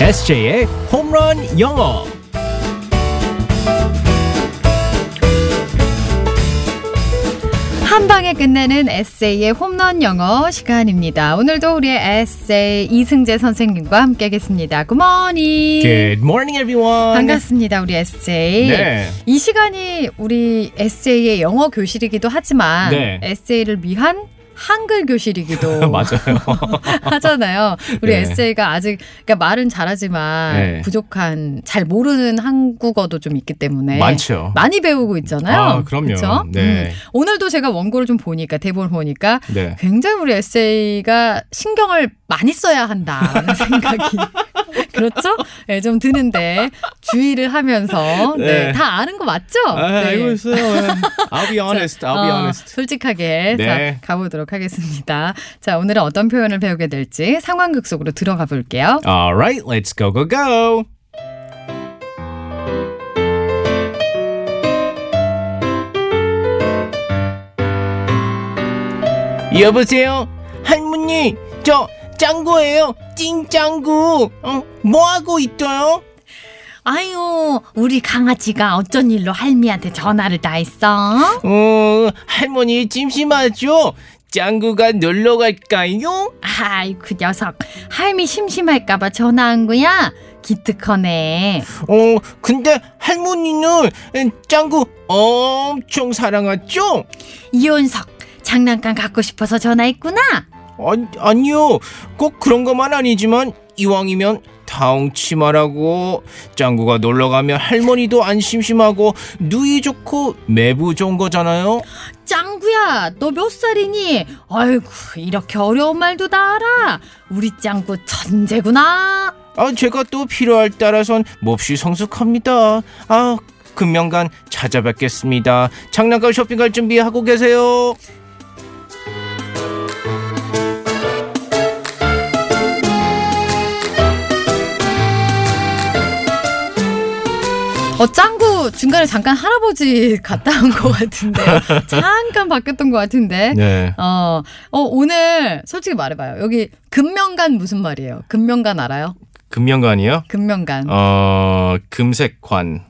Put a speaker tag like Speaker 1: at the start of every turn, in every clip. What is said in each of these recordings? Speaker 1: SJ의 홈런 영어.
Speaker 2: 한 방에 끝내는 에세이의 홈런 영어 시간입니다. 오늘도 우리의 에세이 이승재 선생님과 함께하겠습니다. 굿모닝.
Speaker 1: Good morning, everyone.
Speaker 2: 반갑습니다, 우리 에세이.
Speaker 1: 네.
Speaker 2: 이 시간이 우리 에세이의 영어 교실이기도 하지만
Speaker 1: 네.
Speaker 2: 에세이를 위한 한글 교실이기도
Speaker 1: 맞아요.
Speaker 2: 하잖아요. 우리
Speaker 1: 네.
Speaker 2: 에세이가 아직 그러니까 말은 잘하지만
Speaker 1: 네.
Speaker 2: 부족한 잘 모르는 한국어도 좀 있기 때문에
Speaker 1: 많죠.
Speaker 2: 많이 배우고 있잖아요.
Speaker 1: 아, 그럼요.
Speaker 2: 그쵸?
Speaker 1: 네.
Speaker 2: 음. 오늘도 제가 원고를 좀 보니까 대본을 보니까
Speaker 1: 네.
Speaker 2: 굉장히 우리 에세이가 신경을 많이 써야 한다라는 생각이 그렇죠? 네, 좀 드는데 주의를 하면서 네,
Speaker 1: 네.
Speaker 2: 다 아는 거 맞죠?
Speaker 1: 아,
Speaker 2: 네.
Speaker 1: 알고 있어요. I'll be honest. I'll be
Speaker 2: 어,
Speaker 1: honest.
Speaker 2: 솔직하게
Speaker 1: 네.
Speaker 2: 자, 가보도록 하겠습니다. 자, 오늘은 어떤 표현을 배우게 될지 상황극 속으로 들어가 볼게요.
Speaker 1: All right, let's go, go, go. 여보세요, 할머니, 저 짱구예요, 찐짱구. 어, 뭐 하고 있어요?
Speaker 2: 아유, 우리 강아지가 어쩐 일로 할미한테 전화를 다 했어?
Speaker 1: 어, 할머니 심심하죠? 짱구가 놀러 갈까요?
Speaker 2: 아이, 그 녀석. 할미 심심할까봐 전화한 거야? 기특하네.
Speaker 1: 어, 근데 할머니는 짱구 엄청 사랑하죠?
Speaker 2: 이혼석, 장난감 갖고 싶어서 전화했구나?
Speaker 1: 아니, 아니요. 꼭 그런 것만 아니지만 이왕이면 다홍치마라고 짱구가 놀러 가면 할머니도 안 심심하고 누이 좋고 매부 좋은 거잖아요.
Speaker 2: 짱구야, 너 몇 살이니? 아이고, 이렇게 어려운 말도 다 알아. 우리 짱구 천재구나.
Speaker 1: 아, 제가 또 필요할 따라선 몹시 성숙합니다. 아, 금명간 찾아뵙겠습니다. 장난감 쇼핑 갈 준비하고 계세요.
Speaker 2: 어, 짱구 중간에 잠깐 할아버지 갔다 온 것 같은데. 잠깐 바뀌었던 것 같은데.
Speaker 1: 네.
Speaker 2: 어, 어, 오늘 솔직히 말해봐요. 여기 금명간 무슨 말이에요? 금명간 알아요?
Speaker 1: 금명간이요?
Speaker 2: 금명간.
Speaker 1: 어, 금색관.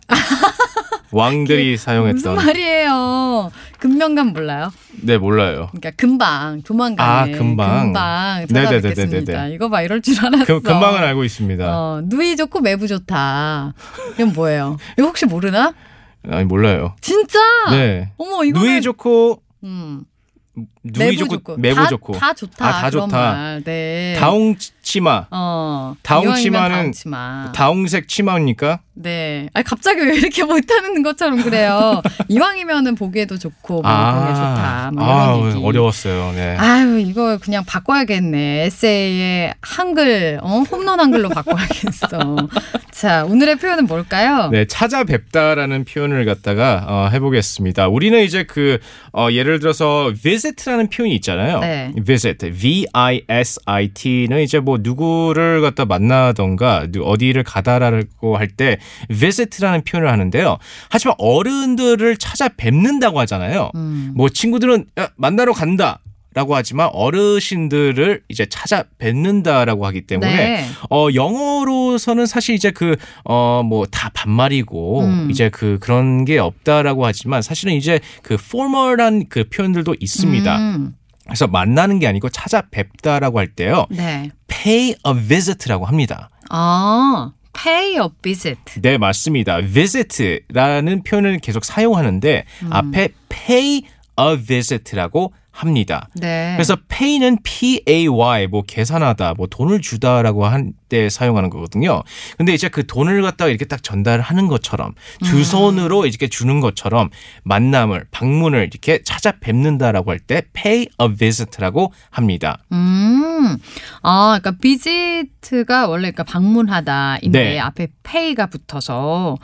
Speaker 1: 왕들이
Speaker 2: 그 무슨
Speaker 1: 사용했던.
Speaker 2: 말이에요? 금명간 몰라요?
Speaker 1: 네, 몰라요.
Speaker 2: 그러니까 금방 조만간에
Speaker 1: 아, 금방.
Speaker 2: 금방
Speaker 1: 네네네네네.
Speaker 2: 찾아뵙겠습니다. 이거 봐 이럴 줄 알았어.
Speaker 1: 그 금, 금방은 알고 있습니다.
Speaker 2: 그 어, 누이 좋고 매부 좋다. 이건 뭐예요? 이거 혹시 모르나?
Speaker 1: 아니, 몰라요.
Speaker 2: 진짜?
Speaker 1: 네.
Speaker 2: 어머 아, 이거
Speaker 1: 누이 좋고,
Speaker 2: 음,
Speaker 1: 누이
Speaker 2: 매부
Speaker 1: 좋고,
Speaker 2: 좋고
Speaker 1: 매부
Speaker 2: 다,
Speaker 1: 좋고.
Speaker 2: 다 좋다.
Speaker 1: 아, 다
Speaker 2: 그런
Speaker 1: 좋다.
Speaker 2: 말. 네.
Speaker 1: 다홍치마.
Speaker 2: 어.
Speaker 1: 다홍
Speaker 2: 이왕이면
Speaker 1: 치마는
Speaker 2: 다홍 치마.
Speaker 1: 다홍색 치마입니까?
Speaker 2: 네. 아 갑자기 왜 이렇게 못하는 것처럼 그래요? 이왕이면은 보기에도 좋고 매부에 좋다. 뭐 이런
Speaker 1: 아,
Speaker 2: 얘기.
Speaker 1: 어려웠어요. 네.
Speaker 2: 아유 이거 그냥 바꿔야겠네. 에세이에 한글 어? 홈런 한글로 바꿔야겠어. 자 오늘의 표현은 뭘까요?
Speaker 1: 네, 찾아뵙다라는 표현을 갖다가 어, 해보겠습니다. 우리는 이제 그 어, 예를 들어서 visit라는 표현이 있잖아요.
Speaker 2: 네.
Speaker 1: visit, v-i-s-i-t는 이제 뭐 누구를 갖다 만나던가 누- 어디를 가다라고 할 때 visit라는 표현을 하는데요. 하지만 어른들을 찾아뵙는다고 하잖아요.
Speaker 2: 음.
Speaker 1: 뭐 친구들은 야, 만나러 간다. 라고 하지만 어르신들을 이제 찾아뵙는다라고 하기 때문에
Speaker 2: 네.
Speaker 1: 어, 영어로서는 사실 이제 그, 어, 뭐, 다 반말이고,
Speaker 2: 음.
Speaker 1: 이제 그, 그런 게 없다라고 하지만 사실은 이제 그 formal한 그 표현들도 있습니다.
Speaker 2: 음,
Speaker 1: 그래서 만나는 게 아니고 찾아뵙다라고 할 때요,
Speaker 2: 네.
Speaker 1: pay a visit라고 합니다.
Speaker 2: 아 pay a visit.
Speaker 1: 네, 맞습니다. visit라는 표현을 계속 사용하는데,
Speaker 2: 음.
Speaker 1: 앞에 pay a visit라고 합니다.
Speaker 2: 네.
Speaker 1: 그래서 pay는 pay 뭐 계산하다 뭐 돈을 주다라고 한 때 사용하는 거거든요. 근데 이제 그 돈을 갖다가 이렇게 딱 전달하는 것처럼 두 손으로 이렇게 주는 것처럼 만남을 방문을 이렇게 찾아뵙는다라고 할 때 pay a visit라고 합니다.
Speaker 2: 음. 아, 그러니까 비지트가 원래 그러니까 방문하다인데
Speaker 1: 네.
Speaker 2: 앞에 pay가 붙어서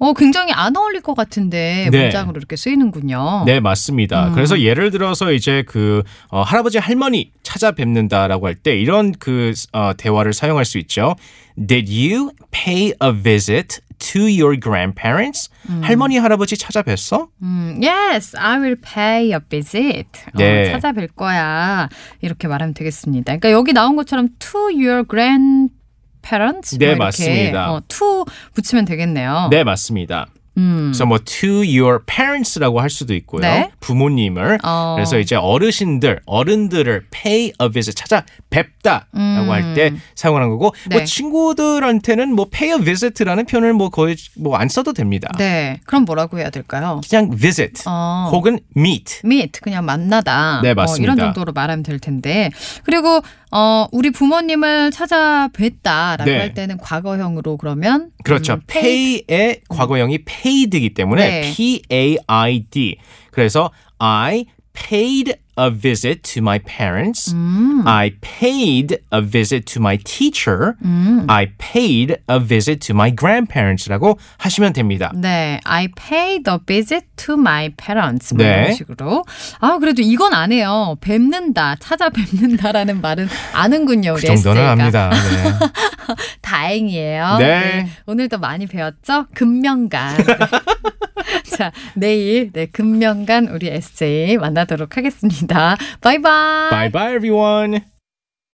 Speaker 2: 어 굉장히 안 어울릴 것 같은데
Speaker 1: 네.
Speaker 2: 문장으로 이렇게 쓰이는군요.
Speaker 1: 네, 맞습니다. 그래서 예를 들어서 이제 그 어, 할아버지 할머니 찾아뵙는다라고 할 때 이런 그 어, 대화를 사용할 수 있죠. Did you pay a visit to your grandparents? 할머니 할아버지 찾아뵀어?
Speaker 2: 음, yes, I will pay a visit.
Speaker 1: 네.
Speaker 2: 어, 찾아뵐 거야. 이렇게 말하면 되겠습니다. 그러니까 여기 나온 것처럼 to your grand parents?
Speaker 1: 네,
Speaker 2: 뭐 이렇게,
Speaker 1: 맞습니다.
Speaker 2: 어, to 붙이면 되겠네요.
Speaker 1: 네, 맞습니다.
Speaker 2: 어. 음.
Speaker 1: 그래서 뭐 to your parents라고 할 수도 있고요.
Speaker 2: 네.
Speaker 1: 부모님을
Speaker 2: 어.
Speaker 1: 그래서 이제 어르신들, 어른들을 pay a visit 찾아 뵙다라고
Speaker 2: 음.
Speaker 1: 할 때 사용하는 거고
Speaker 2: 네.
Speaker 1: 뭐 친구들한테는 뭐 pay a visit라는 표현을 뭐 거의 뭐 안 써도 됩니다.
Speaker 2: 네. 그럼 뭐라고 해야 될까요?
Speaker 1: 그냥 visit
Speaker 2: 어.
Speaker 1: 혹은 meet.
Speaker 2: meet 그냥 만나다.
Speaker 1: 네,
Speaker 2: 어,
Speaker 1: 맞습니다.
Speaker 2: 이런 정도로 말하면 될 텐데. 그리고 어 우리 부모님을 찾아뵀다라고
Speaker 1: 네.
Speaker 2: 할 때는 과거형으로 그러면
Speaker 1: 그렇죠.
Speaker 2: 음,
Speaker 1: pay의 과거형이 paid이기 때문에
Speaker 2: 네.
Speaker 1: p a i d. 그래서 I paid a visit to my parents.
Speaker 2: 음.
Speaker 1: I paid a visit to my teacher.
Speaker 2: 음.
Speaker 1: I paid a visit to my grandparents라고 하시면 됩니다.
Speaker 2: 네, I paid a visit to my parents 뭐
Speaker 1: 네.
Speaker 2: 이런 식으로. 아 그래도 이건 안 해요. 뵙는다, 찾아뵙는다라는 말은 아는군요.
Speaker 1: 그
Speaker 2: 우리
Speaker 1: 정도는
Speaker 2: SJ가.
Speaker 1: 압니다. 네.
Speaker 2: 다행이에요.
Speaker 1: 네.
Speaker 2: 오늘도 많이 배웠죠? 금명간. 네. 자, 내일 네 금명간 우리 SJ 만나도록 하겠습니다. 바이바이.
Speaker 1: Bye bye everyone.